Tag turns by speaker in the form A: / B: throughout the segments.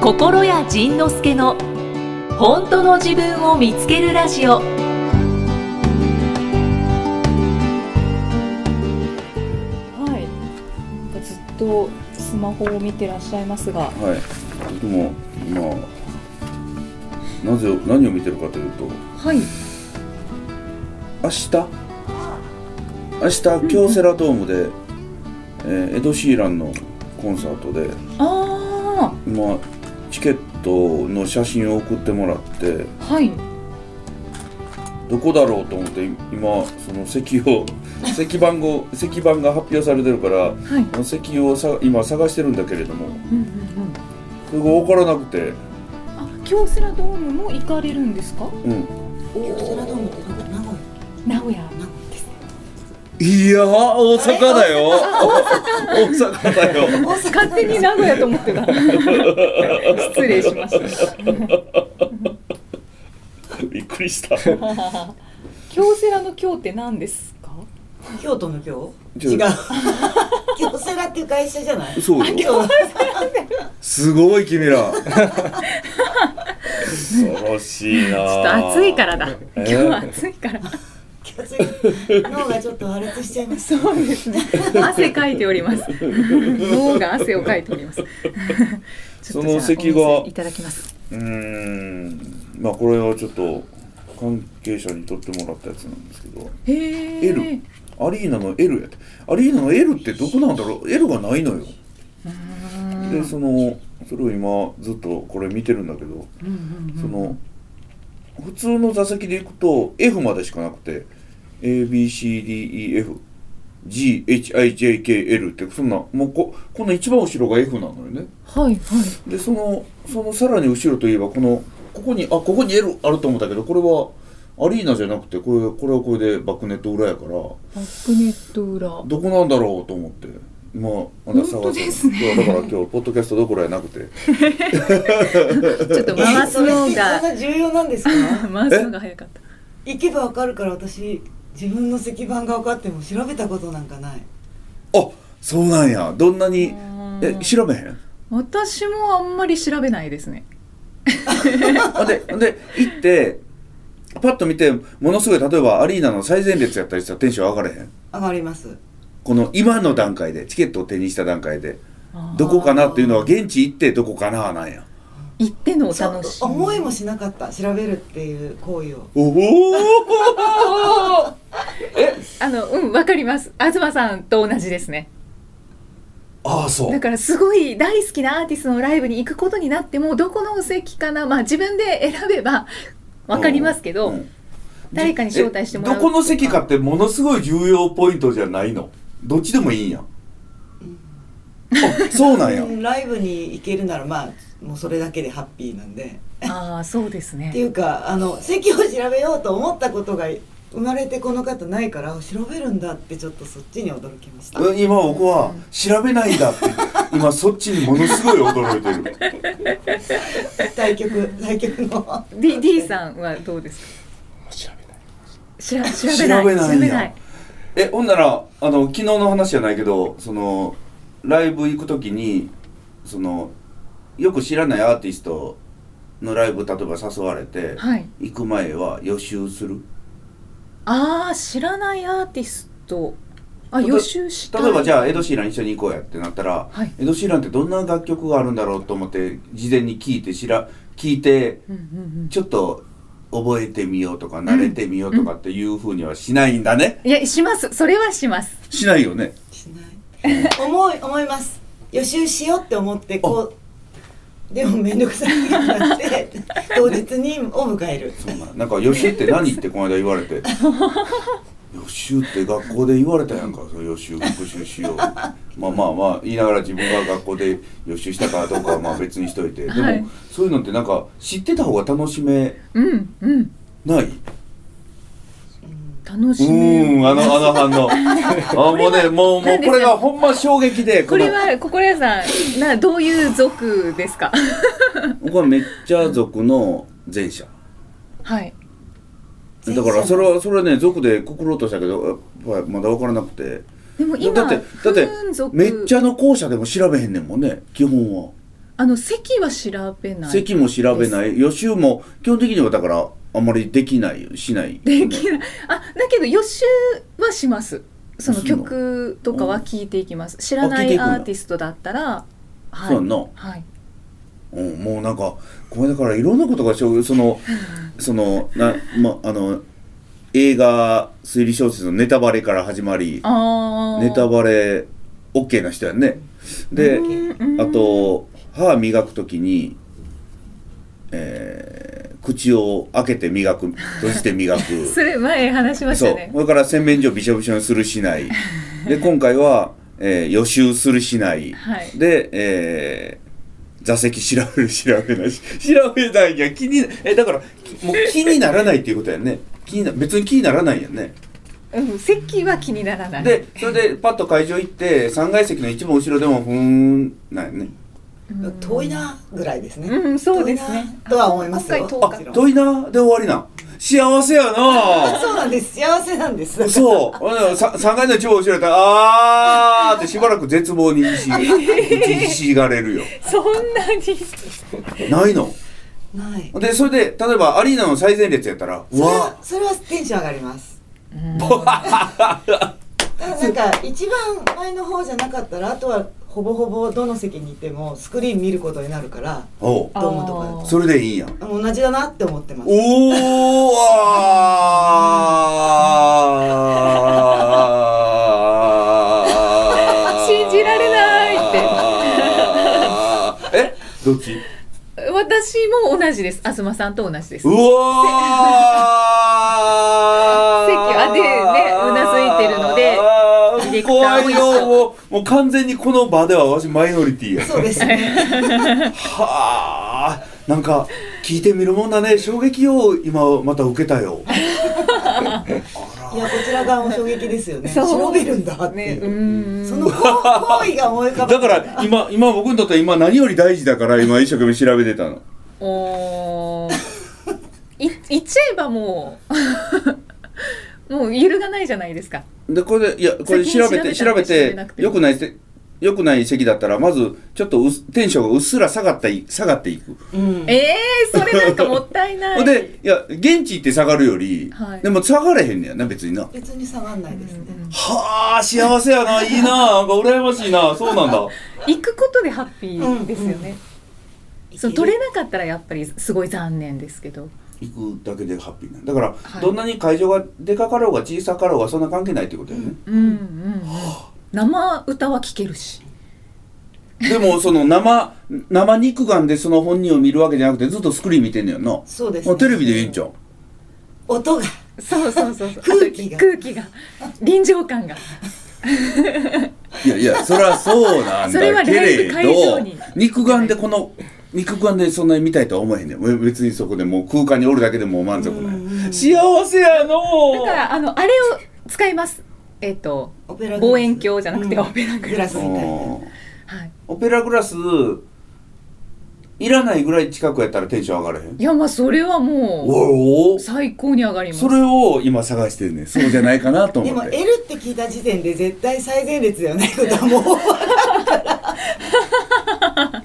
A: 心谷仁之助の本当の自分を見つけるラジオ
B: はい。なんかずっとスマホを見てらっしゃいますが、
C: はい、でも、まあ、なぜ何を見てるかというと、
B: はい。
C: 明日明日、京セラドームで、えーエド・シーランのコンサートで、
B: あ
C: まあ、チケットの写真を送ってもらって、
B: あ、はい。
C: どこだろうと思って、今、その席 を、席番号、席番が発表されてるから、
B: はい。
C: その席をさ今探してるんだけれども、
B: うんうんうん。
C: それが分からなくて、
B: あ、京セラドームも行かれるんですか？
C: うん。
D: 京セラドームってなんか名古
B: 名古
D: 屋
B: 屋ですね。
C: いやー、大阪だよ。大阪だよ。
B: 勝手に名古屋と思っ てた。失礼しました。
C: びっくりした。
B: 京セラの京って何ですか？
D: 京都の京
C: 違う
D: 違う 京セラっていう会社じゃない
C: そうよ。
D: 京
C: すごい君ら。恐ろしいな。ちょ
B: ちょっと暑いから だ。
C: え
B: 今
C: ー
B: 日は暑いから。
D: 京セラ脳がちょっと破裂しちゃいまし
B: そうですね。汗かいており ます。脳が汗をかいております。ちょっとじゃあ
C: その席が
B: お水いただきます。
C: うーん。まあこれはちょっと関係者に撮ってもらったやつなんですけど、
B: へえ。
C: L アリーナの L やって。アリーナの L ってどこなんだろう。L がないのよ。でそのそれを今ずっとこれ見てるんだけど、
D: た、うん
C: その普通の座席で行くと F までしかなくて ABCDEFGHIJKL ってそんなもうここの一番後ろが F なのよね
B: はいはい。
C: でそのそのさらに後ろといえばこのここにあここに L あると思ったけどこれはアリーナじゃなくてこれこれはこれでバックネット裏やからど
B: バックネット裏。は
C: こなんだろうと思って。まあ、まだ
B: 本当ですね
C: そうだから今日ポッドキャストどころやなくて
B: ちょっと
D: え
B: 回す
D: それっ
B: の
D: てそん
B: が
D: な重要なんですか
B: 回すのが早かった。
D: 行けばわかるから私自分の石板が分かっても調べたことなんかない
C: あそうなんやどんなにえ
B: うん
C: 調べへん
B: 私もあんまり調べないですね。
C: ほんで、ほんで、行って、パッと見て、ものすごい、例えばアリーナの最前列やったりしたらテンション上がれへん。
D: 上がります
C: この今の段階で、チケットを手にした段階で、どこかなっていうのは、現地行ってどこかななんや。
B: 行ってのお
D: そう
B: 楽しみ。
D: 思いもしなかった調べるっていう行為を
C: おお
B: あのうんわかります。東さんと同じですね。
C: ああ、そ
B: だ
C: う。
B: からすごい大好きなアーティストのライブに行くことになってもどこのお席かなまあ自分で選べばわかりますけど、
C: うん
B: 誰かに招待してもら
C: え
B: うと
C: どこの席かってものすごい重要ポイントじゃないの。どっちでもいいんや。あ、そうなんや。
D: うんライブに行けるならまあもうそれだけでハッピーなんで
B: ああそうです
D: って
B: ね。
D: いうかあの席を調べようと思ったことが生まれてこの方ないからあ調べるんだってちょっとそっちに驚きました
C: うん今僕は調べないんだって、今そっちにものすごい驚いてる。
D: 対局対局の
B: D D さんはどうですか。
C: 調べない。
B: しら調べない
C: 調べないんや
B: 調べない。
C: えほんならあの昨日の話じゃないけどそのライブ行く時にそのよく知らないアーティストのライブ例えば誘われて、
B: はい。
C: 行く前は予習する
B: ああ知らないアーティストあ
C: 例え
B: 予習したい
C: 例えばじ
B: ゃ
C: ゃあエド・シーラン一緒に行こうやってなったら、
B: はい
C: エド・シーランってどんな楽曲があるんだろうと思って事前に聞いて知ら聞いて
B: うんうん
C: ちょっと覚えてみようとか慣れてみようとかっていうふうにはしないんだね、
B: うんいやしますそれはします
C: しないよね
D: しない思い思います予習しようって思ってこうでも面倒くさいなって当日にを迎える
C: そうなんなんか「予習って何?」ってこの間言われ て「予習って学校で言われたやんかその予習復習しよう」まあまあまあ言いながら自分が学校で予習したかどうかはまあ別にしといてでも、
B: はい
C: そういうのってなんか知ってた方が楽しめ
B: うんうん
C: ない
B: 楽
C: う
B: し
C: ー
B: み
C: んあのあの反応あもうねもうもうこれがほんま衝撃で
B: これ
C: の
B: は心屋さんなどういう族ですか
C: 僕はめっちゃ族の前者
B: はい
C: だからそれはそれはね族でくくろうとしたけどやっぱまだ分からなくて。
B: でも今
C: だってだって
B: 風俗
C: めっちゃの校舎でも調べへんねんもんね基本は
B: あの席は調べない
C: 席も調べない予習も基本的にはだからあんまりできないしない
B: できないあだけど予習はしますその
C: すんの
B: 曲とかは聞いていきます知ら
C: あ
B: な
C: 聞いてい
B: い
C: くんだ
B: アーティストだったらはい
C: そうやんな
B: はい
C: うん、もうなんかこれだからいろんなことがしょそのそのな、ま、あの映画推理小説のネタバレから始まり
B: あー
C: ネタバレ OK な人やんねで
B: うん
C: あと歯磨く時に、えー口を開けて磨く閉じて磨く
B: それ前話しまし
C: そ
B: た
C: う
B: ね
C: それから洗面所びしょびしょにするしない で今回は、えー予習するしない、
B: はい
C: で、えー座席調べる調べないし 調べないんや気にえだからもう気にならないっていうことやね気にな別に気にならないやね
B: うん席は気にならない
C: でそれでパッと会場行って3階席の一番後ろでもふーんなんやね
B: うん
D: 遠いなぐらいですね、
B: うんそうですね
D: 遠いなとは思いますよ
B: 今
C: あ
B: 回遠かった
C: 遠いなで終わりなん幸せやな
D: そうなんです幸せなんです
C: そう3階の一番後ろやったらあーってしばらく絶望に打ち打ちひしがれるよ
B: そんなに
C: ないの
D: ない
C: でそれで例えばアリーナの最前列やったらう
D: それ
C: わ
D: はそれはテンション上がります
B: うん
D: ただなんか一番前の方じゃなかったらあとはほぼほぼどの席にいてもスクリーン見ることになるから
C: おう
D: ドームとか
B: あー
C: それでいいんや
D: 同じだなって思ってます
C: おおあ
B: 信じられないって
C: てえどっち
B: 私も同じです東さんと同じです
C: うわー
B: 席あでねうなずいてるので
C: あー
B: ディレクタ
C: 怖
B: ーも
C: い
B: 一緒
C: よもうもう完全にこの場では私マイノリティや
D: そうで すね
C: はあなんか聞いてみるもんだね衝撃を今また受けたよ
D: いやこちら側も衝撃ですよね
B: そう
D: 調べるんだって
B: ね
D: いう
B: う、ん
D: その行行為が思い浮かば
C: だから今今僕にとっては今何より大事だから今一生懸命調べてたの
B: おーい言っちゃえばもう もう揺るがないじゃないですか
C: でこれでいやこれ
B: 先に
C: 調べて調
B: 調
C: べ
B: べた
C: て
B: んで調べなくても
C: よくないせよくない席だったらまずちょっとうすテンションがうっすら下がったい下がっていく、
D: うん
B: ええー、それなんかもったいない
C: でいや現地行って下がるより、
B: はい
C: でも下がれへんねやな別にな
D: 別に下がんないですね、
C: はあ幸せや ないいななんか羨ましいなそうなんだ
B: 行くことでハッピーですよね、その取れなかったらやっぱりすごい残念ですけど
C: 行くだけでハッピーなんだから、
B: はい
C: どんなに会場がでかかろうが小さかろうがそんな関係ないってことよね、
B: うんうん、うん、生歌は聴けるし
C: でもその生生肉眼でその本人を見るわけじゃなくてずっとスクリーン見てんねやんな
D: そうです、
C: あテレビでいいんちゃう
D: 音が
B: そうそうそうそう
D: 空気 が
B: あと空気が臨場感が
C: いやいやそれはそう なん
B: それは
C: だけ
B: ライブ
C: れ
B: 会場
C: ど
B: に
C: 肉眼でこの肉眼でそんなに見たいとは思えへんねん別にそこでもう空間におるだけでもう満足な
D: うんうんう
C: い幸
D: ん
C: せやの
B: だからあのあれを使いますえっ、と
D: オペラグラス
B: 望遠鏡じゃなくて
D: うん
B: オペラグ
D: グ
B: ラ
D: ラ
B: ス、
D: ス
C: う
D: みたいなん
B: はい、
C: オペラグラスいらないぐらい近くやったらテンション上がらへん
B: いやまあそれはも
C: おお
B: う最高に上がります
C: それを今探してるねんそうじゃないかなと
D: で
C: 思
D: も
C: っ
D: L
C: て
D: って聞いた時点で絶対最前列ではないことはもう分かるから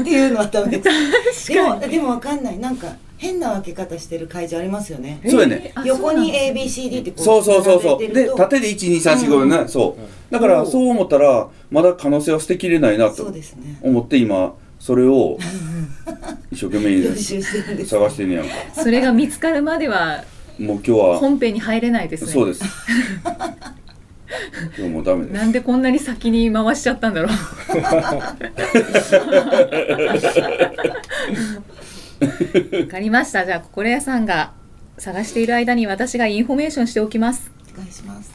D: っていうのは ダメですでもでも分かんないなんか変な分け方してる会場ありますよね
C: そうやね
B: あ
D: 横
B: そう
D: に
B: なん
D: ABCD ってこう
C: そうそうそうそう
D: 並べてる
C: で
D: と
C: 縦で123456ね、そうだからそう思ったらまだ可能性は捨てきれないな
D: そ
C: と
D: うですね
C: 思って今それを一生懸
D: 予
C: 命
D: 習してるんです
C: 探してんねやんか
B: それが見つかるまでは
C: もう今日は
B: 本編に入れないですね
C: そう です今日もうダメです
B: なんでこんなに先に回しちゃったんだろうわかりましたじゃあ心屋さんが探している間に私がインフォメーションしておきます
D: お願いします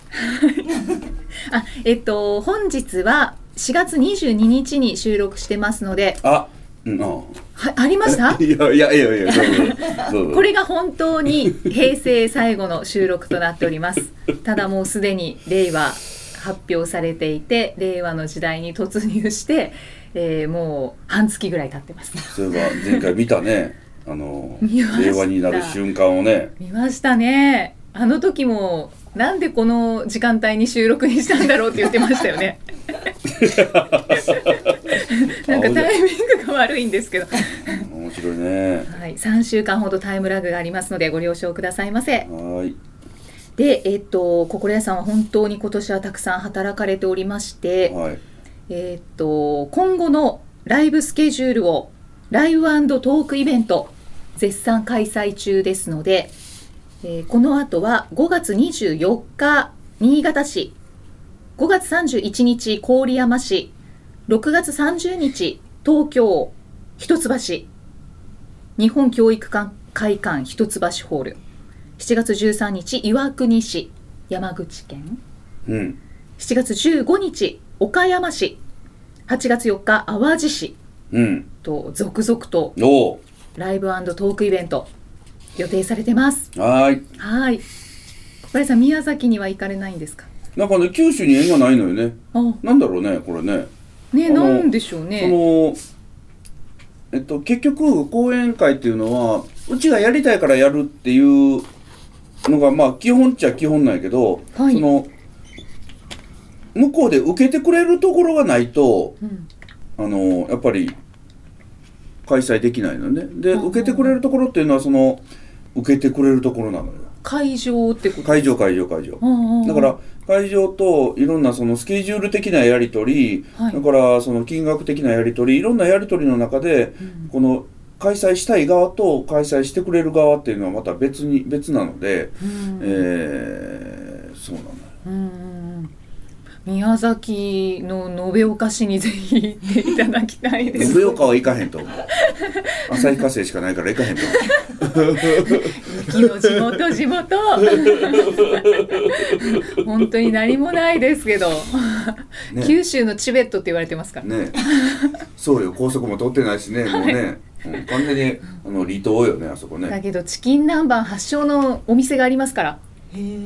B: あえっと本日は4月22日に収録してますので
C: あうんあ
B: はありました
C: いやいやいやいやそう そうそう
B: これが本当に平成最後の収録となっております。ただもうすでに令和発表されていて、令和の時代に突入して、えーもう半月ぐらい経ってます。
C: そういえば前回見たねあの
B: 見ました
C: 令和になる瞬間をね
B: 見ましたね。あの時も、なんでこの時間帯に収録にしたんだろうって言ってましたよね。なんかタイミングが悪いんですけど、
C: 面白いね
B: はい、3週間ほどタイムラグがありますのでご了承くださいませ。
C: はーい
B: で、えっと、心屋さんは本当に今年はたくさん働かれておりまして、
C: はい
B: えっと、今後のライブスケジュールを、ライブトークイベント、絶賛開催中ですので、えーこの後は5月24日、新潟市、5月31日、郡山市、6月30日、東京、一橋、日本教育会館一橋ホール、7月13日、岩国市、山口県、
C: うん
B: 7月15日岡山市8月4日淡路市
C: うん
B: と続々と
C: おお
B: ライブトークイベント予定されてます
C: はーい
B: はい小林さん宮崎には行かれないんですか
C: なんかね九州に縁がないのよね
B: あ
C: なんだろうねこれね
B: ね
C: あの
B: なんでしょう
C: そ
B: ね
C: のえっと結局講演会っていうのはうちがやりたいからやるっていうのがまあ基本っちゃ基本なんやけど、
B: はい
C: その向こうで受けてくれるところがないと
B: うん
C: あのやっぱり開催できないのねで
B: うん
C: 受けてくれるところっていうのはその受けてくれるところなのよ
B: 会場ってこと
C: 会場会場会場
B: うんうん
C: だから会場といろんなそのスケジュール的なやり取り、
B: はい
C: だからその金額的なやり取りいろんなやり取りの中で
B: うん
C: この開催したい側と開催してくれる側っていうのはまた別に別なので、
B: うん
C: えーそうなのよ
B: うんうんうん宮崎の延岡市にぜひ行っていただきたい です
C: 延岡は行かへんと思う 旭化成しかないから行かへんと思う
B: 雪の地元 地元本当に何もないですけど、
C: ね
B: 九州のチベットって言われてますから、
C: ねそうよ高速も通ってないしねもうね、 うん完全にあの離島よねあそこ
B: だ
C: ね
B: けどチキン南蛮発祥のお店がありますから
D: へえ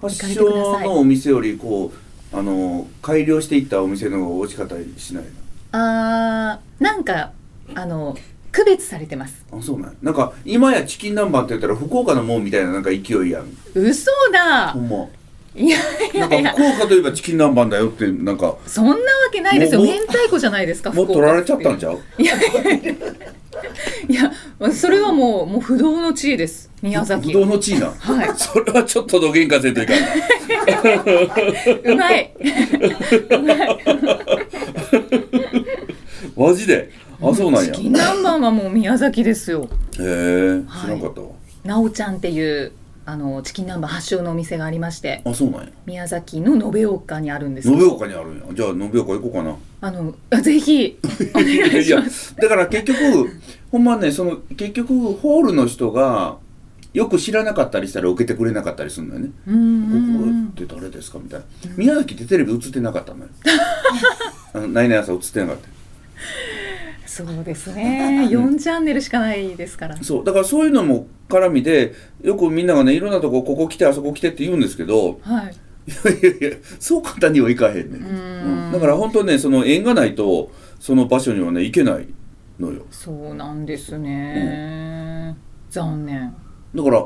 C: 発
B: かれてください
C: 祥のお店よりこうあの改良していったお店の方が美味しかったりしない
B: あーなんかあの区別されてます
C: のあそうなんやなんか今やチキン南蛮って言ったら福岡のもんみたいななんか勢いやん
B: 嘘だ
C: ほんま
B: いやい
C: な
B: や
C: ん
B: い
C: か
B: や
C: 福岡といえばチキン南蛮だよってなんか
B: そんなわけないですよ
C: もう
B: 明太子じゃないですか
C: もう取られちゃったん
B: じ
C: ちゃう
B: ゃいやそれはもうもう不動の地位です宮
C: 不
B: 崎
C: 動の地位な、
B: はい
C: それはちょっとどげんかせんといかん な
B: うまい
C: マジであそうなんや
B: チ
C: へ
B: キン南蛮はもう宮崎ですよ
C: え知
B: はい
C: らんかったわ
B: なおちゃんっていうあのチキン南蛮発祥のお店がありまして
C: あそうなんや
B: 宮崎の延岡にあるんですけど
C: 延岡にあるんやじゃあ延岡行こうかな
B: あのあぜひお願い
C: い
B: し
C: や
B: ます
C: だから結局ほんまねその結局ホールの人がよく知らなかったりしたら受けてくれなかったりするのよね「
B: うんうんう
C: こ
B: ん
C: こって誰ですか?」みたいな宮崎ってテレビ映ってなかったのよあのないない朝映ってなかった
B: そうです ね4チャンネルしかないですから
C: そうだからそういうのも絡みでよくみんながねいろんなとこここ来てあそこ来てって言うんですけど
B: はい
C: いやいやいやそう簡単にはいかへんねん
B: うん
C: だから本当ねその縁がないとその場所にはね行けないのよ
B: そうなんですね、残念
C: だから、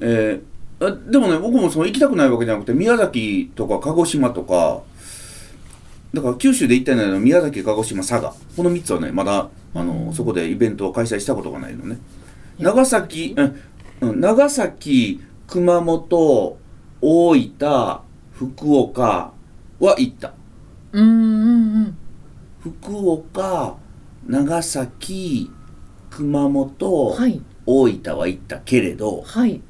C: えーあでもね僕もその行きたくないわけじゃなくて宮崎とか鹿児島とかだから九州で行ったのは宮崎鹿児島佐賀この3つはねまだあの、そこでイベントを開催したことがないのね
B: いや
C: 長崎うんうん長崎熊本大分福岡は行った
B: うんうんうん
C: 福岡長崎熊本、
B: はい
C: 大分は行ったけれど、
B: はい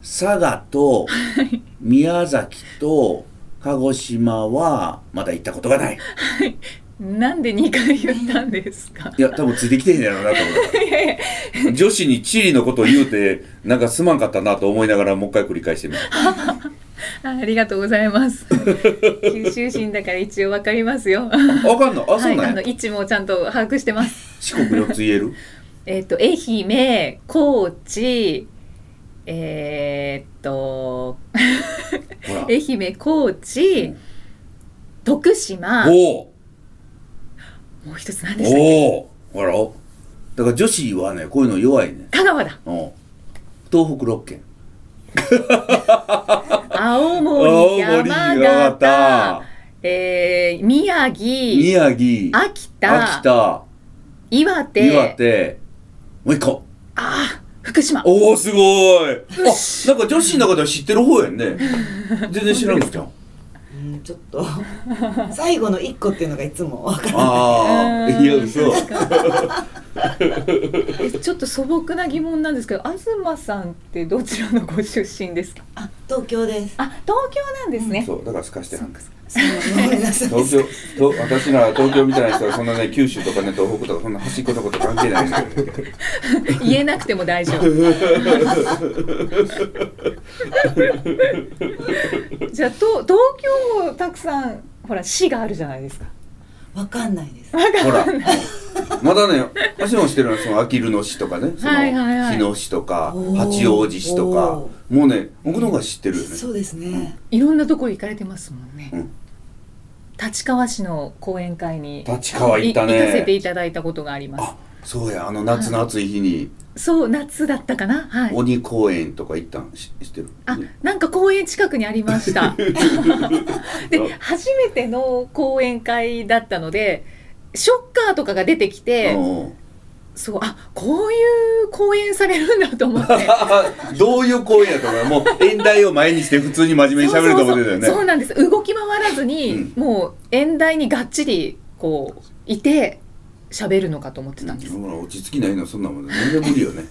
C: 佐賀と宮崎と鹿児島はまだ行ったことがない。
B: なんで2回言ったんです か
C: いや、多分ついてきてへんやろうなと思 った。女子に地理のことを言うて、なんかすまんかったなと思いながらもう一回繰り返してみた。
B: あありがとうございます 九州人だから一応わかりますよ
C: あわかんのあ、そう
B: はい、
C: な
B: あ
C: ん
B: の
C: や。
B: 位置もちゃんと把握してます
C: 四国4つ言える
B: えっ、と愛媛、高知、えーっと
C: ほら。
B: 愛媛、高知、徳島、も
C: おお
B: う一つ何でしたっ
C: おおほら。だから女子はね、こういうの弱いね。
B: け香川だ、
C: うん。東北6県。
B: 青森、
C: 青森
B: 山
C: 山
B: 形
C: 形、
B: えー、宮城、
C: 宮城
B: 秋田
C: 秋田
B: 岩手、
C: 岩手もう一個
B: ああ、福島。
C: おおすごいあなんか女子の中では知ってる方やんね全然知らんくちゃん
D: うんちょっと 最後の一個っていうのがいつも分かる
C: ああ
B: うん
C: いや嘘
B: えちょっと素朴な疑問なんですけど、東さんってどちらのご出身ですか。
D: あ東京です
B: あ、東京なんですね。
C: そうだからすかしてはん
D: そうごめんなさい
C: 東京と私なら東京みたいな人はそんなね九州とかね東北とかそんな端っこのこと関係ないですよ
B: 言えなくても 大丈夫。じゃあ、と、東京もたくさん、ほら、市があるじゃないですか。
D: 分かんないです
C: ほらまだね私もしてるのはそのあきる野市とかねその
B: はいはいはい
C: 日野市とか
D: おー
C: 八王子市とか
D: お
C: もうね僕の方が知ってるよね
D: そうです ね
B: いろんなとこ行かれてますもんね。
C: うん
B: 立川市の講演会に。
C: 立川行った
B: い行かせて
C: ね
B: いただいたことがありま
C: あそうやあの夏の暑い日に
B: す。そう、夏だったかな。はい。
C: 鬼公園とか行ったんし知ってる
B: あ、なんか公園近くにありま した。で、初めての講演会だったので、ショッカーとかが出てきて、
C: うん
B: そう、あ、こういう講演されるんだと思って。
C: どういう公園やと思うもう演題を前にして普通に真面目に喋ると思ってたよね
B: そうそうそうそうなんです。動き回らずに、もう演題にがっちり、こう、いて、喋るのかと思ってたんです。
C: ほら落ち着きないのそんなもんね全然無理よね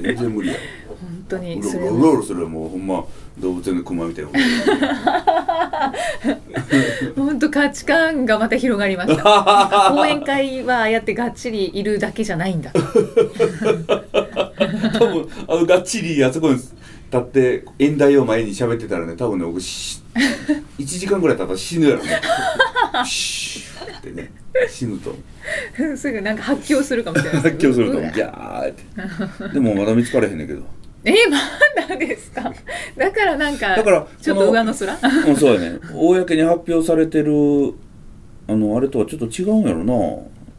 C: 全然無理や
B: 本当に、
C: う
B: そ
C: ろ
B: れ
C: うろうろ
B: は。
C: うろするよもうほんま動物園の熊みたいな
B: 本当価値観がまた広がりまし た。講演会はああやってがっちりいるだけじゃないんだと。
C: 多分あのがっちりあそこに立って演題を前に喋ってたらね多分ね僕し1時間ぐらい経ったら死ぬやろ ねシューってね死ぬと思う
B: すぐなんか発狂するかもしれない
C: 発狂すると思う
B: う
C: ギ
B: わ
C: ャーって でもまだ見つからへんねんけど
B: えまだですかだからなんか
C: だから
B: ちょっ
C: そ
B: と
C: の
B: 上の空
C: うんそうやね公に発表されてるあのあれとはちょっと違うんやろな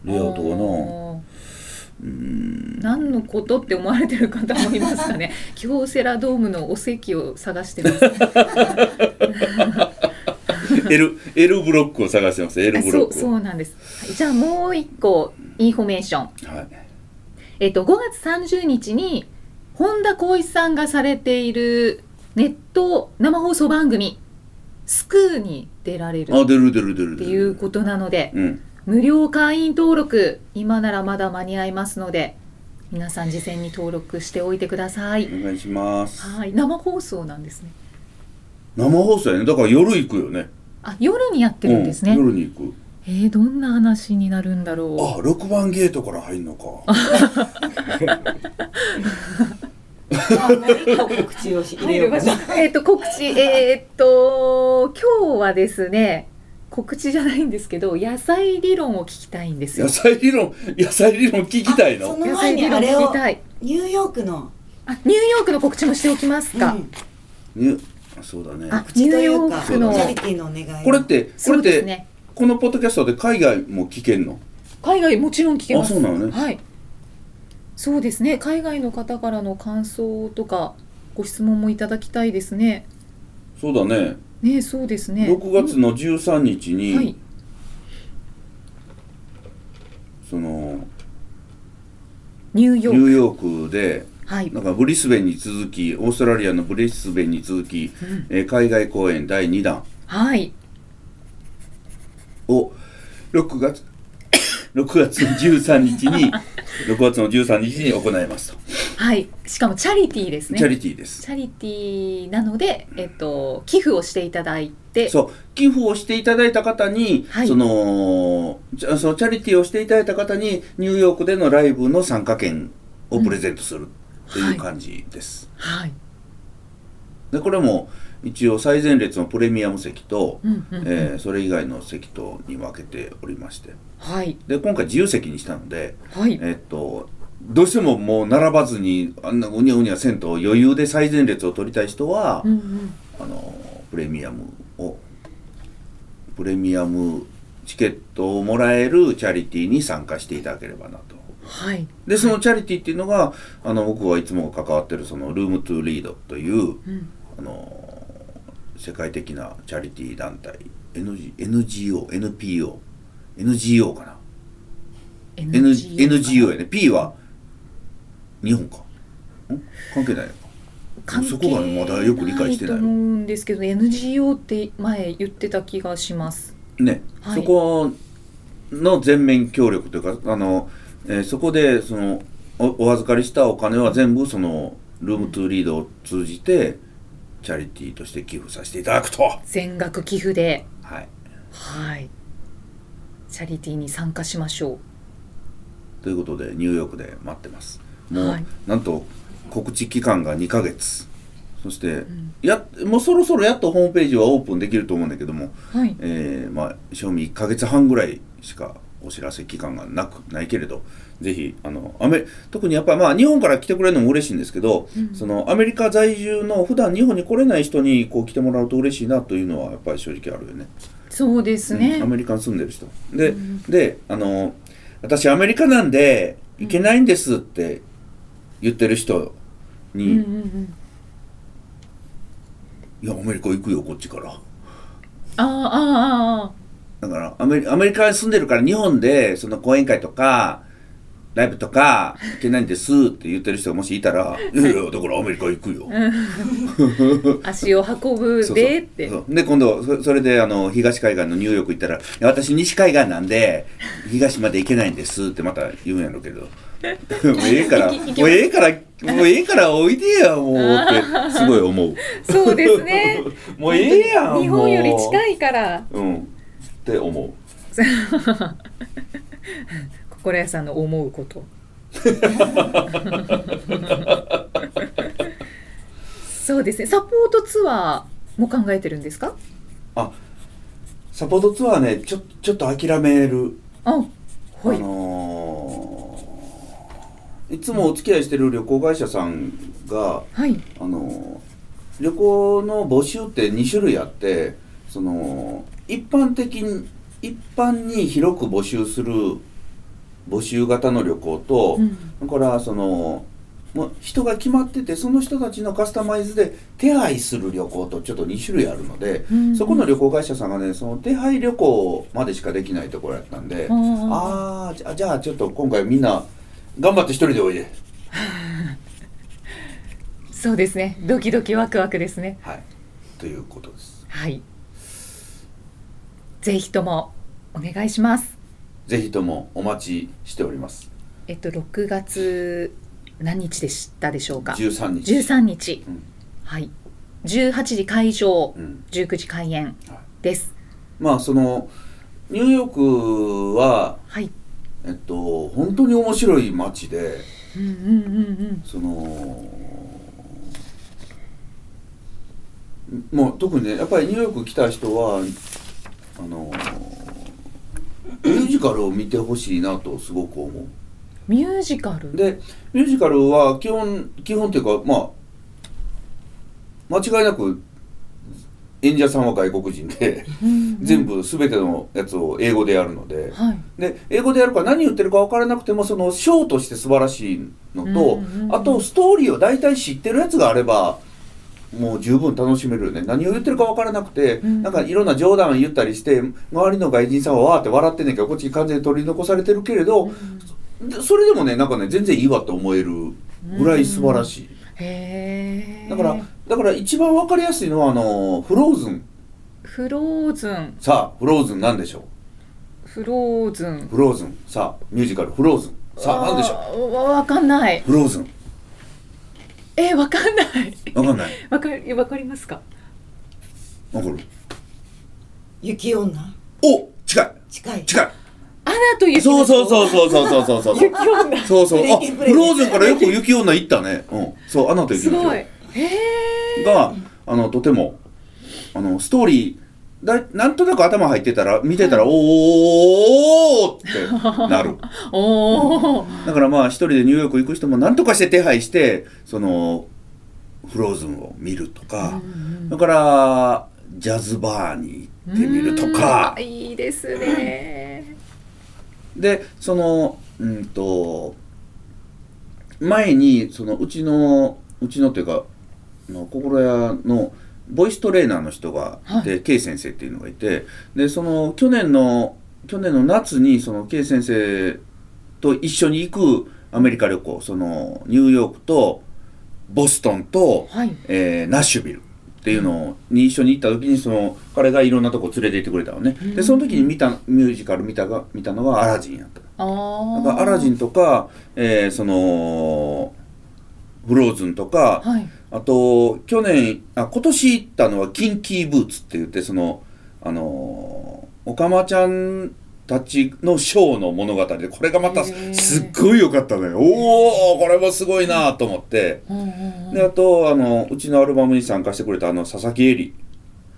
C: レイアウトがな
B: おー
C: うん
B: 何のことって思われてる方もいます かね京セラドームのお席を探してます
C: L, L ブロックを探してます L
B: あ
C: ブ
B: そ
C: ロッ
B: う
C: ク
B: そうなんですはいじゃあもう一個インフォメーション
C: はい、
B: えっと5月30日に本田光一さんがされているネット生放送番組「スクーに出られる
C: あ
B: っ
C: 出る出る出る
B: て
C: 出る
B: いうことなので
C: うん
B: 無料会員登録今ならまだ間に合いますので皆さん事前に登録しておいてください
C: お願いします
B: はい生放送なんですね
C: 生放送やねだから夜行くよね
B: あ夜にやってるんですね、
C: うん、夜に行く
B: えー、どんな話になるんだろ
C: あ六番ゲートから入んのか
D: じゃあもう一個告知をし
B: う
D: 入れようかな
B: えっと告知えーっと今日はですね告知じゃないんですけど野菜理論を聞きたいんですよ
C: 野菜理論 野菜理論聞きたい
D: あそ
C: の
B: 野
D: の前
B: 菜
D: に
B: 理
D: あ
B: 論
D: れ
B: 聞き
D: を
B: たい
D: ニューヨークの、
B: あニューヨークの告知もしておきますか、
D: うん
C: にそうだね
B: あ
D: 告
B: ニ
D: 知
B: ュ
D: と
B: ー
D: い
B: ヨ
D: うか
B: ー
D: チ
B: クの
D: ャリティーのお願い
C: これってこ
B: そ
C: れ
B: う
C: っ
B: です
C: て、
B: ね
C: このポッドキャストで海外も聞けんの
B: 海外もちろん聞けます
C: あそうなのね
B: はいそうですね海外の方からの感想とかご質問もいただきたいですね
C: そうだね
B: ねそうですね
C: 6月の13日
B: う
C: に、
B: んはい
C: その
B: ニュー
C: ニュ
B: ヨーク
C: ーヨークで
B: はい
C: なんかブリスベンに続きオーストラリアのブリスベンに続き、えー海外公演第2弾
B: はい
C: を6月 6月の13日 に6月の13日に行いますと、
B: はいしかもチャリティーですね
C: チャリティーです
B: チャリティーなのでえっと寄付をしていただいて
C: そう寄付をしていただいた方に、
B: はい
C: そのじゃそのチャリティーをしていただいた方にニューヨークでのライブの参加券をプレゼントするという感じです、
B: はい
C: でこれも一応最前列のプレミアム席と、
B: うんうんうん
C: えーそれ以外の席とに分けておりまして
B: はい
C: で今回自由席にしたので、
B: はい
C: えっとどうしてももう並ばずにあんなうにゃうにゃせんと余裕で最前列を取りたい人は、
B: うんうん
C: あのプレミアムをプレミアムチケットをもらえるチャリティーに参加していただければなと。
B: はい
C: でそのチャリティーっていうのがあの僕はいつも関わってるそのルームトゥーリードという
B: うん
C: あの世界的なチャリティー団体 NG NGO、NPO、NGO かな N NGO やね P は日本かん関係ないのか
B: 関係
C: そこがまだよく理解してない
B: と思うんですけど NGO って前言ってた気がします
C: ね、
B: はい
C: そこの全面協力というかあの、えーそこでそのおお預かりしたお金は全部そのルームトゥーリードを通じてチャリティーとして寄付させていただくと、は
B: 全額寄付で
C: い、
B: はいチャリティーに参加しましょう
C: ということでニューヨークで待ってますもう、
B: はい
C: なんと告知期間が2ヶ月そして、やもうそろそろやっとホームページはオープンできると思うんだけども、
B: はい
C: えーまあ、賞味1ヶ月半ぐらいしかお知らせ期間がなくないけれどぜひあのアメ特にやっぱり、まあ、日本から来てくれるのも嬉しいんですけど、そのアメリカ在住の普段日本に来れない人にこう来てもらうと嬉しいなというのはやっぱり正直あるよね。
B: そうですね、
C: うんアメリカに住んでる人で,、であの私アメリカなんで行けないんですって言ってる人に
B: うんうんうん
C: いやアメリカ行くよこっちから」
B: あああああ
C: だからアメリアメリカに住んでるから日本でその講演会とかライブとか行けないんですって言ってる人がもしいた ら「いやいやだからアメリカ行くよ」
B: あ足を運ぶでって
C: そうそうで今度そそれであの東海岸のニューヨーク行ったら「いや私西海岸なんで東まで行けないんです」ってまた言うんやろう けどもうええからも
B: 行き行きま
C: う
B: す
C: ええからもうええからおいで やもうってすごい思う
B: そうですね
C: もうええやん
B: 日本より近
C: い
B: いから
C: うんって思う
B: 心屋さんの思うこと そうですねサポートツアーも考えてるんですか
C: あサポートツアーねちょちょっと諦める
B: あは
C: あ
B: い
C: のーいつもお付き合いしてる旅行会社さんが、
B: はい
C: あのー旅行の募集って2種類あってその一般的に一般に広く募集する募集型の旅行と、だからそのもう人が決まっててその人たちのカスタマイズで手配する旅行とちょっと2種類あるので、
B: うん
C: そこの旅行会社さんがねその手配旅行までしかできないところやったんで、
B: うん
C: あーじゃあじゃあちょっと今回みんな頑張って一人でおいで。
B: そうですねドキドキワクワクですね
C: はい、ということです。
B: はいぜひともお願いします
C: ぜひともお待ちしております。
B: えっと6月何日でしたでしょうか
C: 13日。
B: 13日、
C: うん
B: はい18時会場、
C: うん
B: 19時開演
C: はい
B: です
C: まあそのニューヨークは
B: はい
C: えっと本当に面白い街で、
B: うんうんうん
C: そのもう特にねやっぱりニューヨーク来た人はあのミュージカルを見てほしいなとすごく思う。
B: ミュージカル
C: でミュージカルは基本基本っていうかまあ間違いなく演者さんは外国人で全部全てのやつを英語でやるので
B: はい
C: で英語でやるから何言ってるか分からなくてもそのショーとして素晴らしいのと
B: うんうんうん
C: あとストーリーを大体知ってるやつがあればもう十分楽しめるよね何を言ってるか分からなくて、
B: ん
C: なんかいろんな冗談言ったりして周りの外人さんはわーって笑ってんねんけどこっちに完全に取り残されてるけれど、でそれでもねなんかね全然いいわと思えるぐらい素晴らしい、
B: へえ
C: だからだから一番分かりやすいのはあのフローズン
B: フローズン
C: さあフローズンなんでしょ
B: フローズ
C: う
B: ン
C: フローズンさあミュージカルフローズンさあなんでしょう
B: うわわかんない
C: フローズン
B: えわかんない
C: わかんない
B: わかりわかりますか
C: わかる
D: 雪女
C: お近い
D: 近い
C: 近い
B: アナと雪の
C: そうそうそうそうそうそうそうそうそうそうそうあフローズンからよく雪女行ったねうんそうアナと雪
B: す
C: の
B: ごい
C: 女
B: へえ
C: があのとてもあのストーリーだなんとなく頭入ってたら見てたら、おーおーおーってなる
B: おお
C: だからまあ一人でニューヨーク行く人も何とかして手配してそのフローズンを見るとか、だからジャズバーに行ってみるとか
B: うんいいですね
C: でそのうんと前にそのうちのうちのというかあの心屋のボイストレーナーの人が
B: はい
C: で K 先生っていうのがいてでその去年の去年の夏にその K 先生と一緒に行くアメリカ旅行そのニューヨークとボストンと、
B: はい
C: えーナッシュビルっていうのに一緒に行った時にその彼がいろんなとこ連れて行ってくれたのね
B: うん
C: でその時に見たミュージカル見たが見たのがアラジンやった。
B: あ
C: な
B: あ
C: んかアラジンとか、えーそのフローズンとか、
B: はい
C: あと去年あ今年行ったのはキンキーブーツって言ってそのあのーおかまちゃんたちのショーの物語でこれがまた
B: へー
C: すっごい良かったのよおおこれもすごいなと思って
B: うんうんうん
C: であとあのうちのアルバムに参加してくれたあの佐々木絵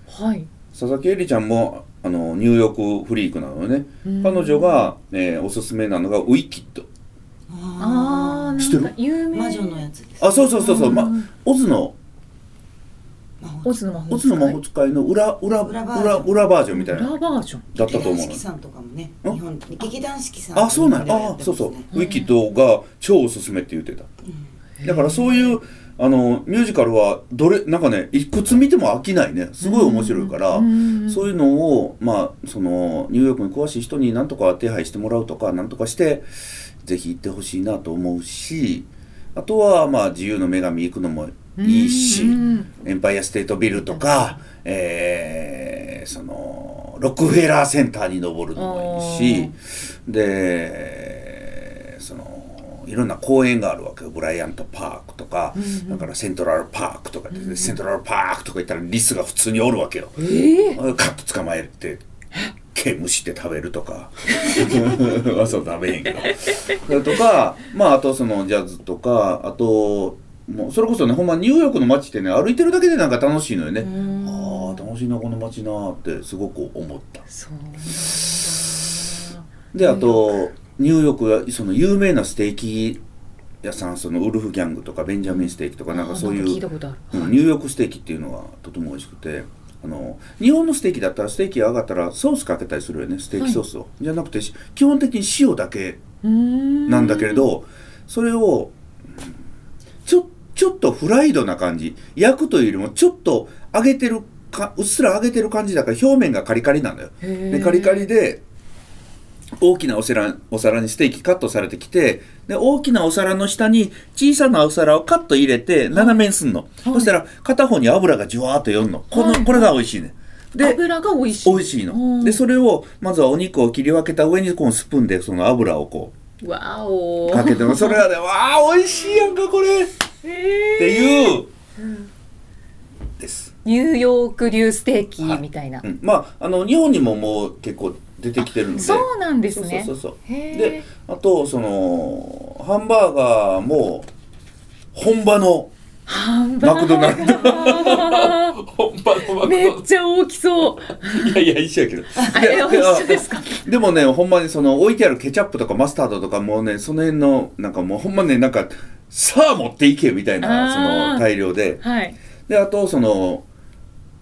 C: 里
B: はい
C: 佐々木絵里ちゃんもあのニューヨークフリークなのよね
B: うん
C: 彼女が、えーおすすめなのがウィキッド
B: ああ
C: 知って
B: なん
C: る
B: か有名
D: 魔女のやつです
C: あそうそうそうそう、ま、オズの
D: 魔
B: オ
D: 法
B: ズの魔法
C: オズの魔法使いの裏裏
D: 裏
C: 裏
D: バージョン
C: 裏バージョンみたいな
B: ラバージョン
C: だった
D: 劇
C: と思
D: 団
C: う
D: 四季さんとかもね
C: ん
D: 日本劇団四季さん
C: あそうなん
D: 日
C: や
D: 本でや
C: あ
D: ってますね
C: そうそう、
B: ん
C: ウィキッドが超おすすめって言ってた
D: うん
C: だからそういうあのミュージカルはどれなんかねいくつ見ても飽きないねすごい面白いから、
B: うん
C: そういうのをまあそのニューヨークに詳しい人になんとか手配してもらうとかなんとかしてぜひ行ってほしいなと思うしあとはまあ自由の女神行くのもいいし、
B: うん
C: エンパイアステートビルとか、えーそのロックフェラーセンターに登るのもいいしでそのいろんな公園があるわけよブライアントパークとか、だからセントラルパークとかって、セントラルパークとか行ったらリスが普通におるわけよ。
B: ええ
C: カッと捕まえて毛むしって食べるとか わざわざ食べへんけどそれとかまああとそのジャズとかあともうそれこそねほんまニューヨークの街ってね歩いてるだけでなんか楽しいのよねああ楽しいなこの街なーってすごく思った
B: そうなんだ
C: であとニューヨークはその有名なステーキ屋さんそのウルフギャングとかベンジャミンステーキとかなんかそうい
B: あー
C: う
B: なん聞いたことある
C: うんニューヨークステーキっていうのがとても美味しくてあの日本のステーキだったらステーキが上がったらソースかけたりするよねステーキソースを、じゃなくてし基本的に塩だけ
B: な
C: なんだけれど、それをうんちょちょっとフライドな感じ焼くというよりもちょっと揚げてるかうっすら揚げてる感じだから表面がカリカリなんだよで
B: で
C: カリカリで大きなお皿お皿にステーキカットされてきてで大きなお皿の下に小さなお皿をカット入れて斜めにすんの、そしたら片方に油がジュワーっとよんのこの、
B: はい
C: これが美味しいねで
B: 油が美味しい
C: 美味しい
B: うん
C: のでそれをまずはお肉を切り分けた上にこのスプーンでその油をこ
B: わお
C: うかけてそれ がねわあ美味しいやんかこれって
B: えー
C: いう、です、
B: ニューヨーク流ステーキみたいな
C: うん、まああの日本にももう結構出てきてるんで
B: そうなんですね
C: そうそうそうそう
B: へー
C: であとそのハンバーガーも本場の
B: ハンバ
C: マク
B: ー
C: ド
B: ガ
C: ナ
B: ー
C: ルド本場のマクドナ
B: め
C: ル
B: っちゃ大きそう
C: ドいやいや一緒やけど
B: あれ美味しいですか
C: でもねほんまにその置いてあるケチャップとかマスタードとかもうねその辺のなんかもうほんまねなんかさあ持っていけみたい
B: あー
C: なその大量で
B: はい
C: であとその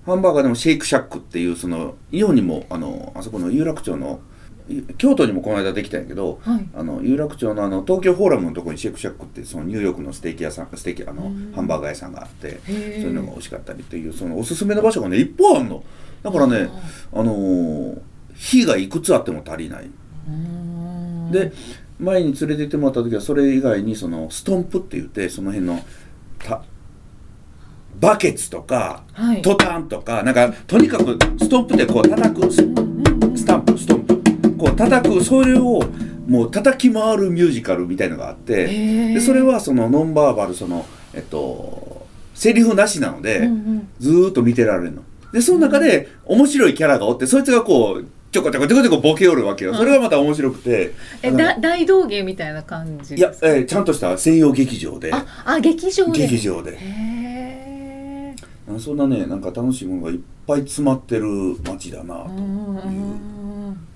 C: ハンバーガーでもシェイクシャックっていうそのイオンにもあのあそこの有楽町のい京都にもこの間できたんやけど、
B: はい
C: あの有楽町のあの東京フォーラムのところにシェイクシャックってそのニューヨークのステーキ屋さんステーキあの
B: うん
C: ハンバーガー屋さんがあって
B: へ
C: そうい
B: ー
C: うのが美味しかったりっていうそのおすすめの場所がねいっぱいあんのだからねあのー火がいくつあっても足りない、で前に連れて行ってもらった時はそれ以外にそのストンプって言ってその辺のたバケツとか、
B: はい
C: トタンとかなんかとにかくストンプでこう叩くススタンプストンプこう叩くそれをもう叩き回るミュージカルみたいのがあって
B: へー
C: でそれはそのノンバーバルそのえっとセリフなしなので、
B: うんうん
C: ずーっと見てられるの。で、その中で面白いキャラがおって、そいつがこう、ちょこちょこちょこちょこボケおるわけよ。それがまた面白くて。
B: え
C: あの
B: だ大道芸みたいな感じ
C: いや
B: です、か
C: えーちゃんとした専用劇場で、
B: ああ劇場で
C: 劇場で。
B: へえ
C: あそんなね、なんか楽しいものがいっぱい詰まってる街だなと。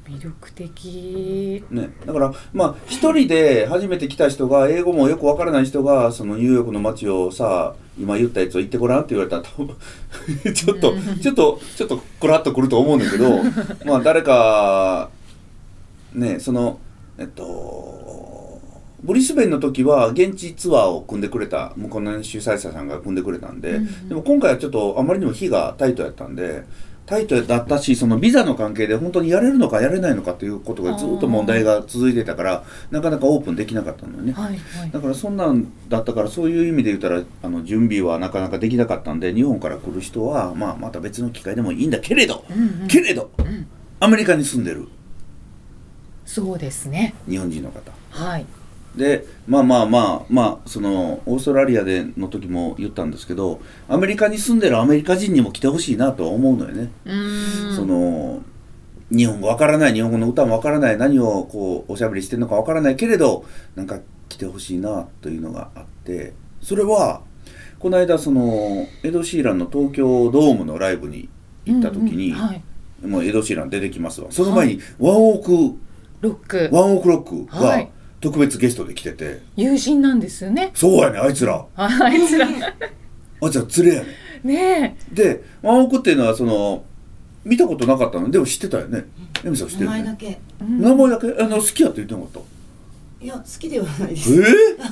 B: 魅力的
C: ね、だからまあ一人で初めて来た人が英語もよくわからない人がそのニューヨークの街をさ今言ったやつを行ってごらんって言われたら多分 ちょっとちょっとちょっとクラッとくると思うんだけどまあ誰かねそのえっとブリスベンの時は現地ツアーを組んでくれた向こうの主催者さんが組んでくれたんで、
B: うんうん
C: でも今回はちょっとあまりにも日がタイトやったんでタイトだったしそのビザの関係で本当にやれるのかやれないのかということがずっと問題が続いてたからなかなかオープンできなかったのよね。
B: はいはい
C: だからそんなんだったからそういう意味で言ったらあの準備はなかなかできなかったんで日本から来る人は、まあ、また別の機会でもいいんだけれど、
B: うんうん
C: けれど
B: うん
C: アメリカに住んでる
B: そうですね
C: 日本人の方
B: はい
C: でまあまあまあまあそのオーストラリアでの時も言ったんですけどアメリカに住んでるアメリカ人にも来てほしいなとは思うのよね、
B: うーん
C: その日本語わからない日本語の歌もわからない何をこうおしゃべりしてるのかわからないけれどなんか来てほしいなというのがあってそれはこの間そのエド・シーランの東京ドームのライブに行った時に、
B: うんうんはい、
C: もうエド・シーラン出てきますわその前にワンオーク、
B: ロック
C: ワンオークロック
B: は
C: が
B: い
C: 特別ゲストで来てて、
B: 友人なんですよね
C: そうやねんあいつら
B: ああいつら
C: あいつら連れやね
B: ね
C: んでワンオクっていうのはその見たことなかったのでも知ってたよねエミさん知って
D: 名
C: るよ
D: 前だ
C: ね
D: け
B: え、
C: 名前だけあの好きやって言ってなかった
D: いや好きではないです
C: え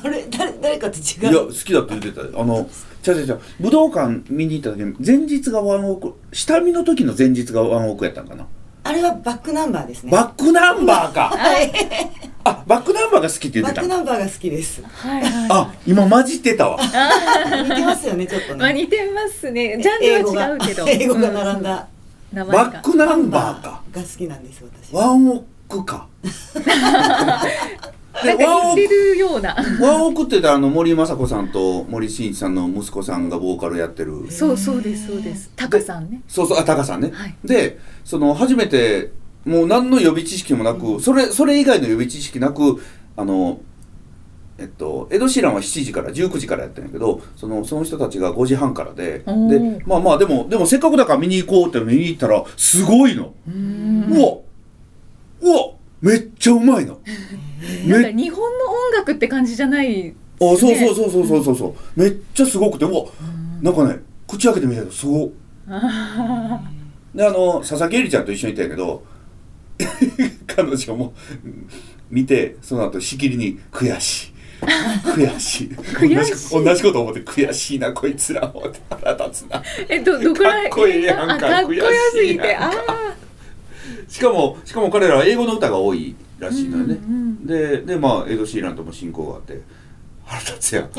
D: あれ誰誰かと違
C: ー、いや
D: う
C: 好きだって言ってたよあの違う違う違う武道館見に行った時に前日がワンオク下見の時の前日がワンオクやったんかな
D: あれはバックナンバーですね
C: バックナンバーか
D: はい
C: あバックナンバーが好きって言
D: バ
C: って
D: ック
C: た
D: ナンバーが好きです
B: はいはい
C: あ今混じってた わ
D: 似てますよねちょっと
B: まあ
D: ね
B: 似てますねジャンルは違うけど
D: 英語が英語が並んだ
B: うん名前
C: バ
B: が
C: ックナンバーか
D: が好きなんです私
C: ワンオク かで
B: なんか言ってるような
C: ワンオクって言ったらあの森雅子さんと森進一さんの息子さんがボーカルやってる
B: そうそうですそうですタカさんね
C: そうそうあタカさんね、
B: はい
C: でその初めてもう何の予備知識もなく、それそれ以外の予備知識なくあのえっと、エド・シーランは7時から19時からやってるんやけどそのその人たちが5時半からでで
B: おー
C: まあまあでもでもせっかくだから見に行こうって見に行ったらすごいの、う
B: う
C: んわうわめっちゃうまいの
B: なんか日本の音楽って感じじゃない
C: あそうそうそうそうそうそうそう、めっちゃすごくてうわなんかね口開けてみたけどすごっであの佐々木絵里ちゃんと一緒にいたんやけど 彼女もうん見てその後しきりに「悔しい」悔しい
B: 悔しい
C: 同じ同じこと思って悔しいなこいつらもって腹立つな
B: えどどくらい
C: かっこええやんか
B: あかっこよす
C: 悔
B: ぎ
C: しい
B: て
C: や
B: あ
C: んか
B: あ
C: しかもしかも彼らは英語の歌が多いらしいのよね、
B: うんうん
C: ででまあエド・シーランとも親交があって腹立 つやん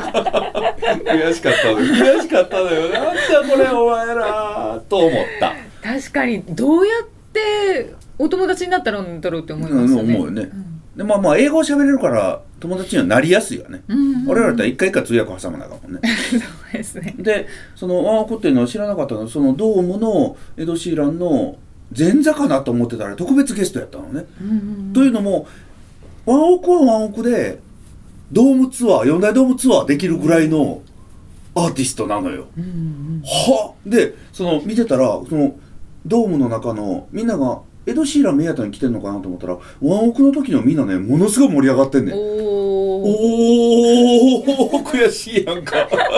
C: 悔しかったのよ悔しかったのよなんだこれお前らと思った
B: 確かにどうやってお友達になったらんだろうって思いますよね
C: うん思うよねでまあまあ英語を喋れるから友達にはなりやすいよね、
B: うん
C: 俺らだったら
B: いい
C: 一回一回通訳挟まなあかんもんね
B: そうですね
C: でそのワンオクっていうのを知らなかったのそのドームのエド・シーランの前座かなと思ってたら特別ゲストやったのね、というのもワンオクはワンオクでドームツアー4大ドームツアーできるぐらいのアーティストなのよ。
B: うんうん
C: はっでその見てたらそのドームの中のみんながエド・シーラン目当てに来てんのかなと思ったらワンオクの時のみんなねものすごい盛り上がってんねん。お
B: おお
C: おー悔しいやんか
B: だから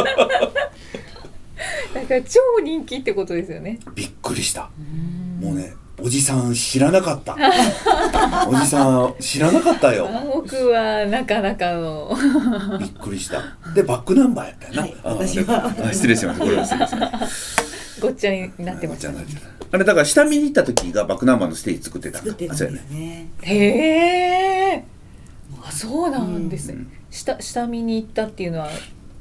B: 超人気ってことですよね
C: びっくりしたもうねおじさん知らなかった おじさん知らなかったよ
B: 南国はなかなかの
C: びっくりした。で、バックナンバーやったよな。
D: はい
C: あ
D: 私は
C: であ失礼しました。これは失礼しました。
B: ごっちゃになってまし
C: じゃ
B: た
C: ああれだから下見に行った時がバックナンバーのステージ作ってたん
D: 作
C: だ
D: ってた
C: あ
D: ん
C: そうや
D: で
C: ね
D: すね
B: へえあそうなんです
C: う
B: ね
C: ん
B: 下下見に行ったっていうのは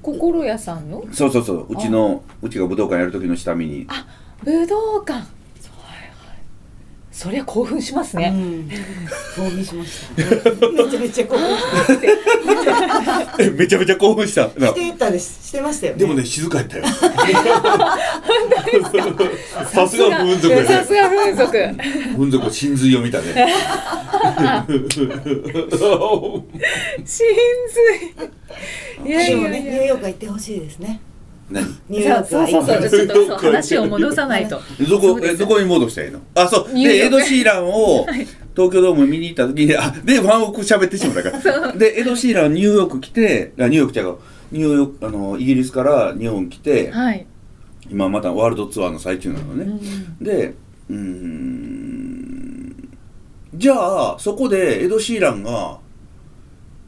B: 心屋さんの
C: そうそうそう。うちのうちが武道館やる時の下見に。
B: 武道館はいはいそりゃ興奮します
D: う
B: ね、
D: ん興奮しましたねめちゃめちゃ興奮し
C: えめちゃめちゃ興奮した。な
D: てたですしてましたよね
C: でもね静かやったよ。さすが文族や
B: さ
C: ね。
B: すが風俗
C: 文族は真髄を見た ね。
B: 真髄いや
D: で
B: い
D: もね
B: や
D: ニ
B: い
D: ュー
B: や
D: ヨークは行ってほしいですね
C: 何？
D: ニューヨーク
B: そ
D: は
B: う
D: 行
B: そう
D: って
B: そ
D: ほし
B: うちょっ
D: い
B: とそう話を戻さないと
C: どこ
B: そうです
C: えどこに戻したらいいのあそう
B: ニュー
C: でエ
B: ヨーク
C: ド・シーランを東京ドーム見に行った時にあでワンオク喋ってしま ったからでエド・シーランニューヨーク来てあニューヨークちゃうかニューヨークあのイギリスから日本来て
B: はい、
C: 今またワールドツアーの最中なの
B: う
C: ね、
B: ん
C: でうーんじゃあそこでエド・シーランが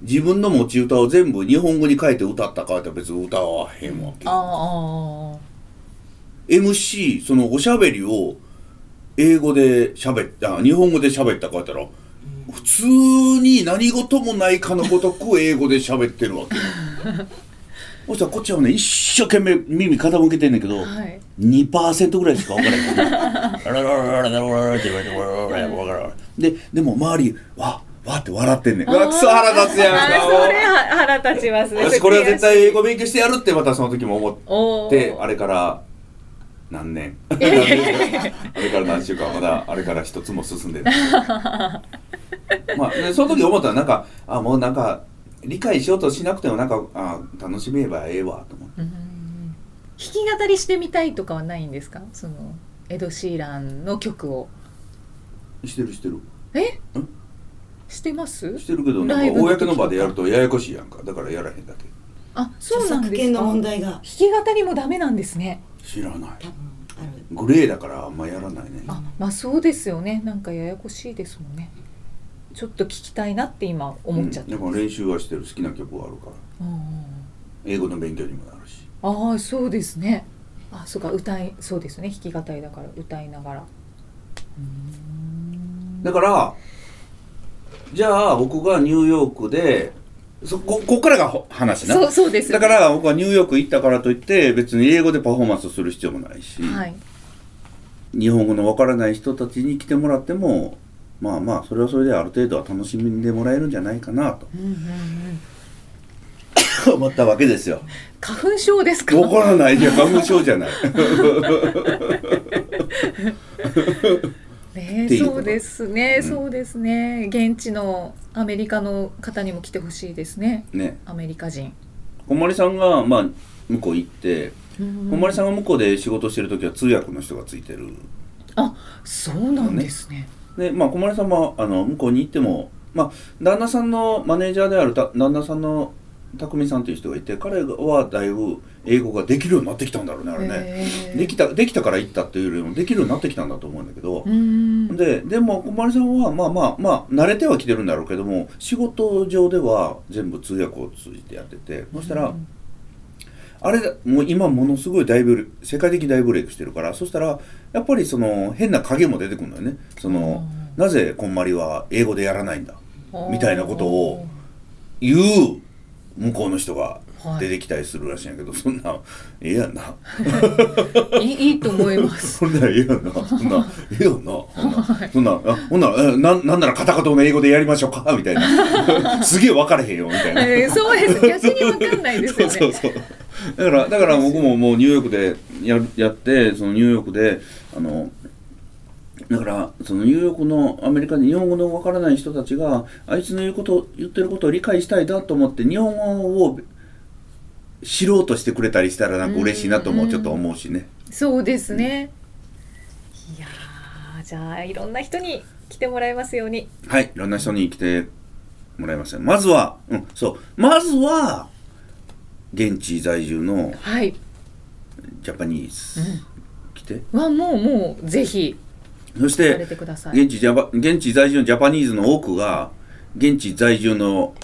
C: 自分の持ち歌を全部日本語に変えて歌ったかって別に歌わへんわけ
B: ああ
C: MC そのおしゃべりを英語で喋ったあ日本語で喋ったかやったら普通に何事もないかのごとく英語で喋ってるわけよそしたらこっちはね一生懸命耳傾けてんねんけど、
B: ああはい
C: 2%ぐらいしか分からへんララララララララって言われてわらわらわらわらででも周りわわって笑ってんねんうわクソ腹立つやん
B: あ
C: か
B: それは腹立ちますね
C: 私これは絶対英語勉強してやるってまたその時も思って。
B: おお
C: であれから何年あれから何週間まだあれから一つも進んでないまあねその時思ったらなんかあもうなんか理解しようとしなくてもなんかあ楽しめばええわと思って
B: うん弾き語りしてみたいとかはないんですかそのエド・シーランの曲を
C: してるしてる
B: え
C: ん
B: してます
C: してるけどな
B: ライ
C: ん
B: ブ
C: か
B: の時
C: 公の場でやるとややこしいやんかだからやらへんだけ
B: あそ
D: 著
B: うなん
D: 作
B: です
D: 権の
B: か
D: 問
B: 弾
D: 題が
B: き語りもダメなんですね
C: 知らない
D: 多分ある
C: グレーだからあんまやらないね
B: あまあそうですよねなんかややこしいですもんねちょっと聞きたいなって今思っちゃった、
C: うんだから練習はしてる好きな曲はあるから
B: うん
C: 英語の勉強にもなるし
B: ああそうですねあそうか歌いそうですね弾き語りだから歌いながら
C: だからじゃあ僕がニューヨークでそこここからがほ話な
B: そうそうです
C: だから僕はニューヨーク行ったからといって別に英語でパフォーマンスする必要もないし、
B: はい
C: 日本語のわからない人たちに来てもらってもまあまあそれはそれである程度は楽しんでもらえるんじゃないか なと
B: うんうんうん
C: 思ったわけですよ。
B: 花粉症ですか
C: わからないいや花粉症じゃ ない。
B: ね
C: っていうこと
B: そうですね、
C: うん
B: そうですね現地のアメリカの方にも来てほしいですね
C: ね
B: アメリカ人
C: 小森さんがまあ向こう行って
B: 小
C: 小森さんが向こうで仕事してる時は通訳の人がついてる
B: そうなんですね
C: でまあ小丸さんもあの向こうに行ってもまあ旦那さんのマネージャーであるた旦那さんの匠さんという人がいて彼はだいぶ英語ができるようになってきたんだろうねあれね、
B: へー
C: できたできたから行ったっていうよりもできるようになってきたんだと思うんだけど
B: う、ん
C: ででも小丸さんはまあまあまあ慣れてはきてるんだろうけども仕事上では全部通訳を通じてやっててそしたら、
B: うん
C: あれだもう今ものすごい大ブレイク世界的大ブレイクしてるからそしたらやっぱりその変な影も出てくるんだよねその
B: あ
C: なぜこんまりは英語でやらないんだ
B: ー
C: みたいなことをいう向こうの人が
B: はい
C: 出てきたりするらしいんやけど、そんなんええやんな
B: いいい いと思います
C: そんなんええやんなそんなんええやんなそんなんそんなんあほんならえなんなんならカタカタの英語でやりましょうかみたい なすげえ分かれへんよみたいな
B: えーそうです逆にわかんないですよね
C: そうそうそうだからだから僕ももうニューヨークでやるやってそのニューヨークであのだからそのニューヨークのアメリカで日本語のわからない人たちがあいつの言うこと言ってることを理解したいなと思って日本語を知ろうとしてくれたりしたらなんか嬉しいなともちょっと思うしね。
B: そうですね、いやーじゃあいろんな人に来てもらいますように
C: はい、いろんな人に来てもらいました。まずは、うん、そう、まずは現地在住の
B: はい、
C: ジャパニーズ来て、
B: うん、はもうもうぜひ
C: そし
B: さ
C: て
B: れてください
C: 現地ジャパ現地在住のジャパニーズの多くが現地在住の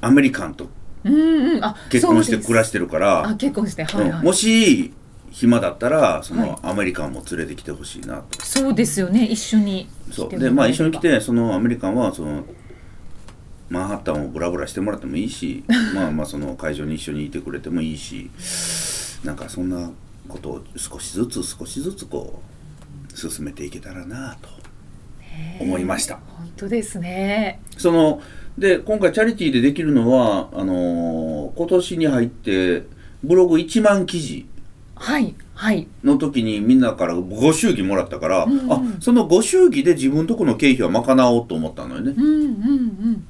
C: アメリカンと
B: うんうんあ
C: 結婚して暮ら
B: し
C: してるから、
B: あ結婚しては
C: う
B: い
C: ん
B: はい、
C: もし暇だったらそ
B: はい
C: のアメリカンも連れてきてほしいなと、
B: そうですよね一緒に
C: そう
B: 来て
C: でまあ一緒に来
B: もらえれ
C: てそのアメリカンはそのマンハッタンをブラブラしてもらってもいい しまあまあその会場に一緒にいてくれてもいいしなんかそんなことを少しずつ少しずつこう進めていけたらなと
B: ば
C: 思いました。
B: 本当ですね
C: そので今回チャリティーでできるのはあのー今年に入ってブログ1万記事
B: はいはい
C: の時にみんなからご祝儀もらったから、
B: うんうん
C: あそのご祝儀で自分とこの経費は賄おうと思ったのよね
B: うんうん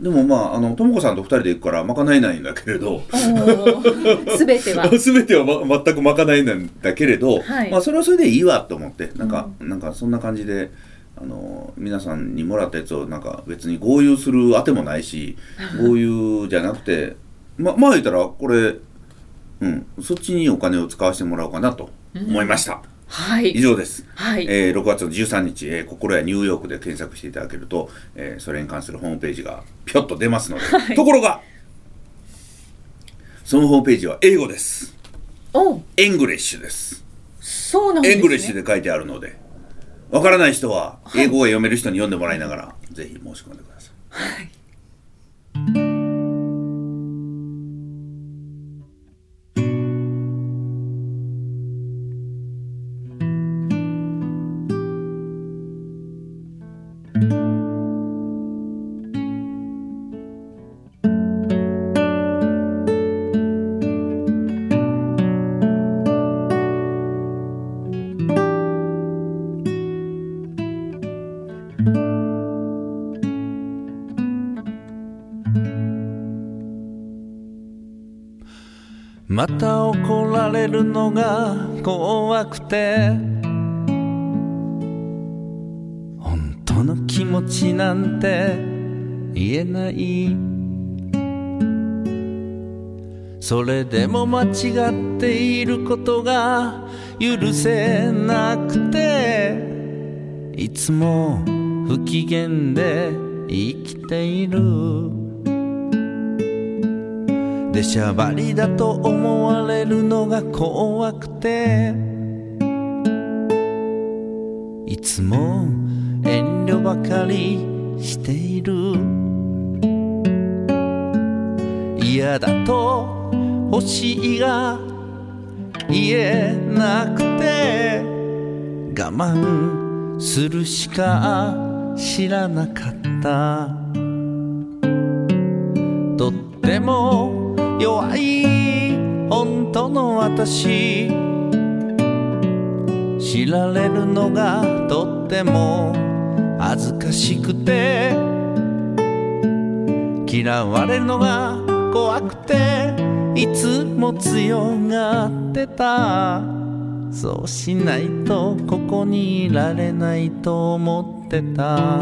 C: でもまああのとも子さんと2人で行くから賄えないんだけれど
B: うんすべては
C: 全ては、ま、全く賄えないんだけれど、
B: はい
C: まあ、それはそれでいいわと思ってなんか、なんかそんな感じで。あの皆さんにもらったやつをなんか別に合流するあてもない し合流じゃなくてままあ言ったらこれ、うん、そっちにお金を使わせてもらおうかなと思いました、
B: はい
C: 以上です、
B: はい
C: えー6月の13日、えー心やニューヨークで検索していただけると、えーそれに関するホームページがぴょっと出ますので、ところがそのホームページは英語です
B: お
C: エングリッシュです
B: そうなんです
C: エ
B: ね
C: ングリッシュで書いてあるのでわからない人は英語を読める人に読んでもらいながら、ぜひ申し込んでください
E: また怒られるのが怖くて本当の気持ちなんて言えないそれでも間違っていることが許せなくていつも不機嫌で生きているでしゃばりだと思われるのが怖くていつも遠慮ばかりしている嫌だと欲しいが言えなくて我慢するしか知らなかったとっても弱い本当の私知られるのがとっても恥ずかしくて嫌われるのが怖くていつも強がってたそうしないとここにいられないと思ってた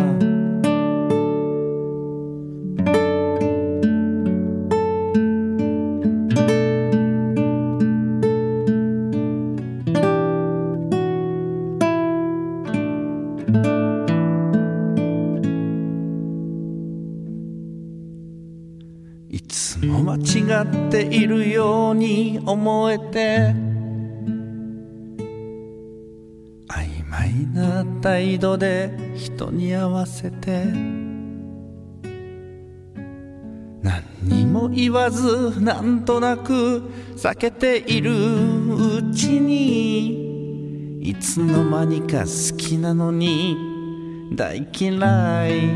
E: いつも間違っているように思えて曖昧な態度で人に合わせて何にも言わずなんとなく避けているうちにいつの間にか好きなのに大嫌い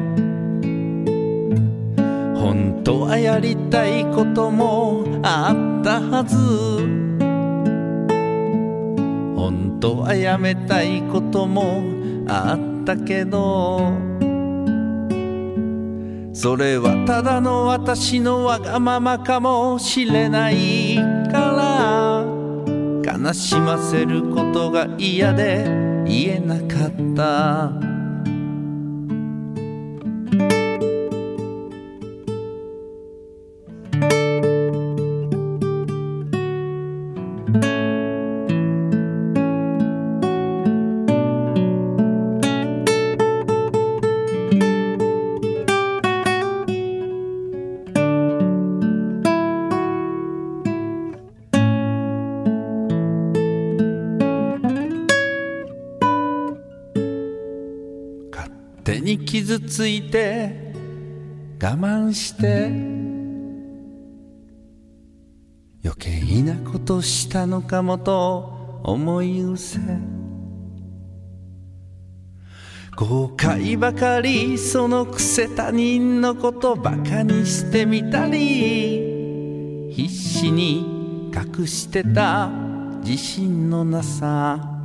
E: 本当はやりたいこともあったはず本当はやめたいこともあったけどそれはただの私のわがままかもしれないから悲しませることが嫌で言えなかった勝手に傷ついて我慢して余計なことしたのかもと思い失せ後悔ばかりそのくせ他人のことバカにしてみたり必死に隠してた自信のなさ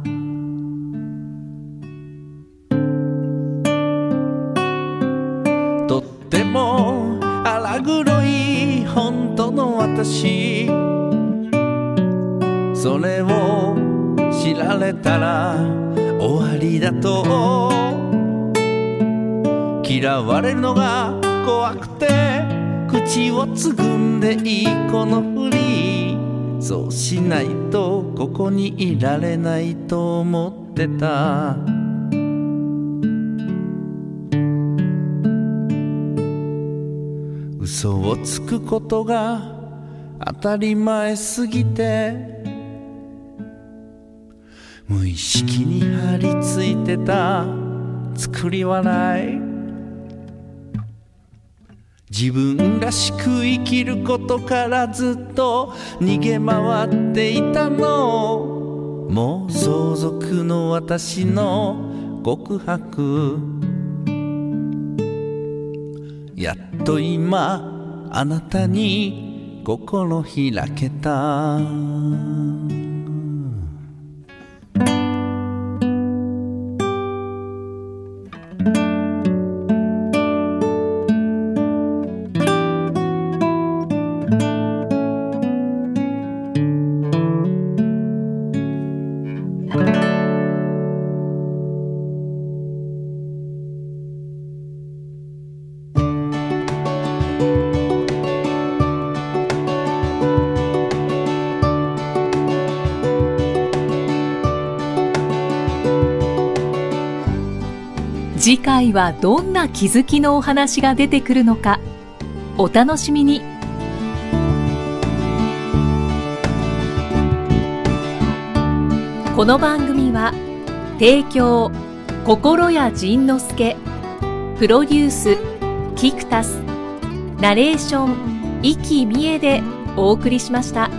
E: とっても荒黒い本当の私それを知られたら終わりだと嫌われるのが怖くて口をつぐんでいいこのふりそうしないとここにいられないと思ってた嘘をつくことが当たり前すぎて無意識に張り付いてた作り笑い自分らしく生きることからずっと逃げ回っていたのもう相続の私の告白やっと今あなたに心開けた
A: 次回はどんな気づきのお話が出てくるのかお楽しみにこの番組は提供心谷仁之助プロデュースキクタスナレーション生きみえでお送りしました。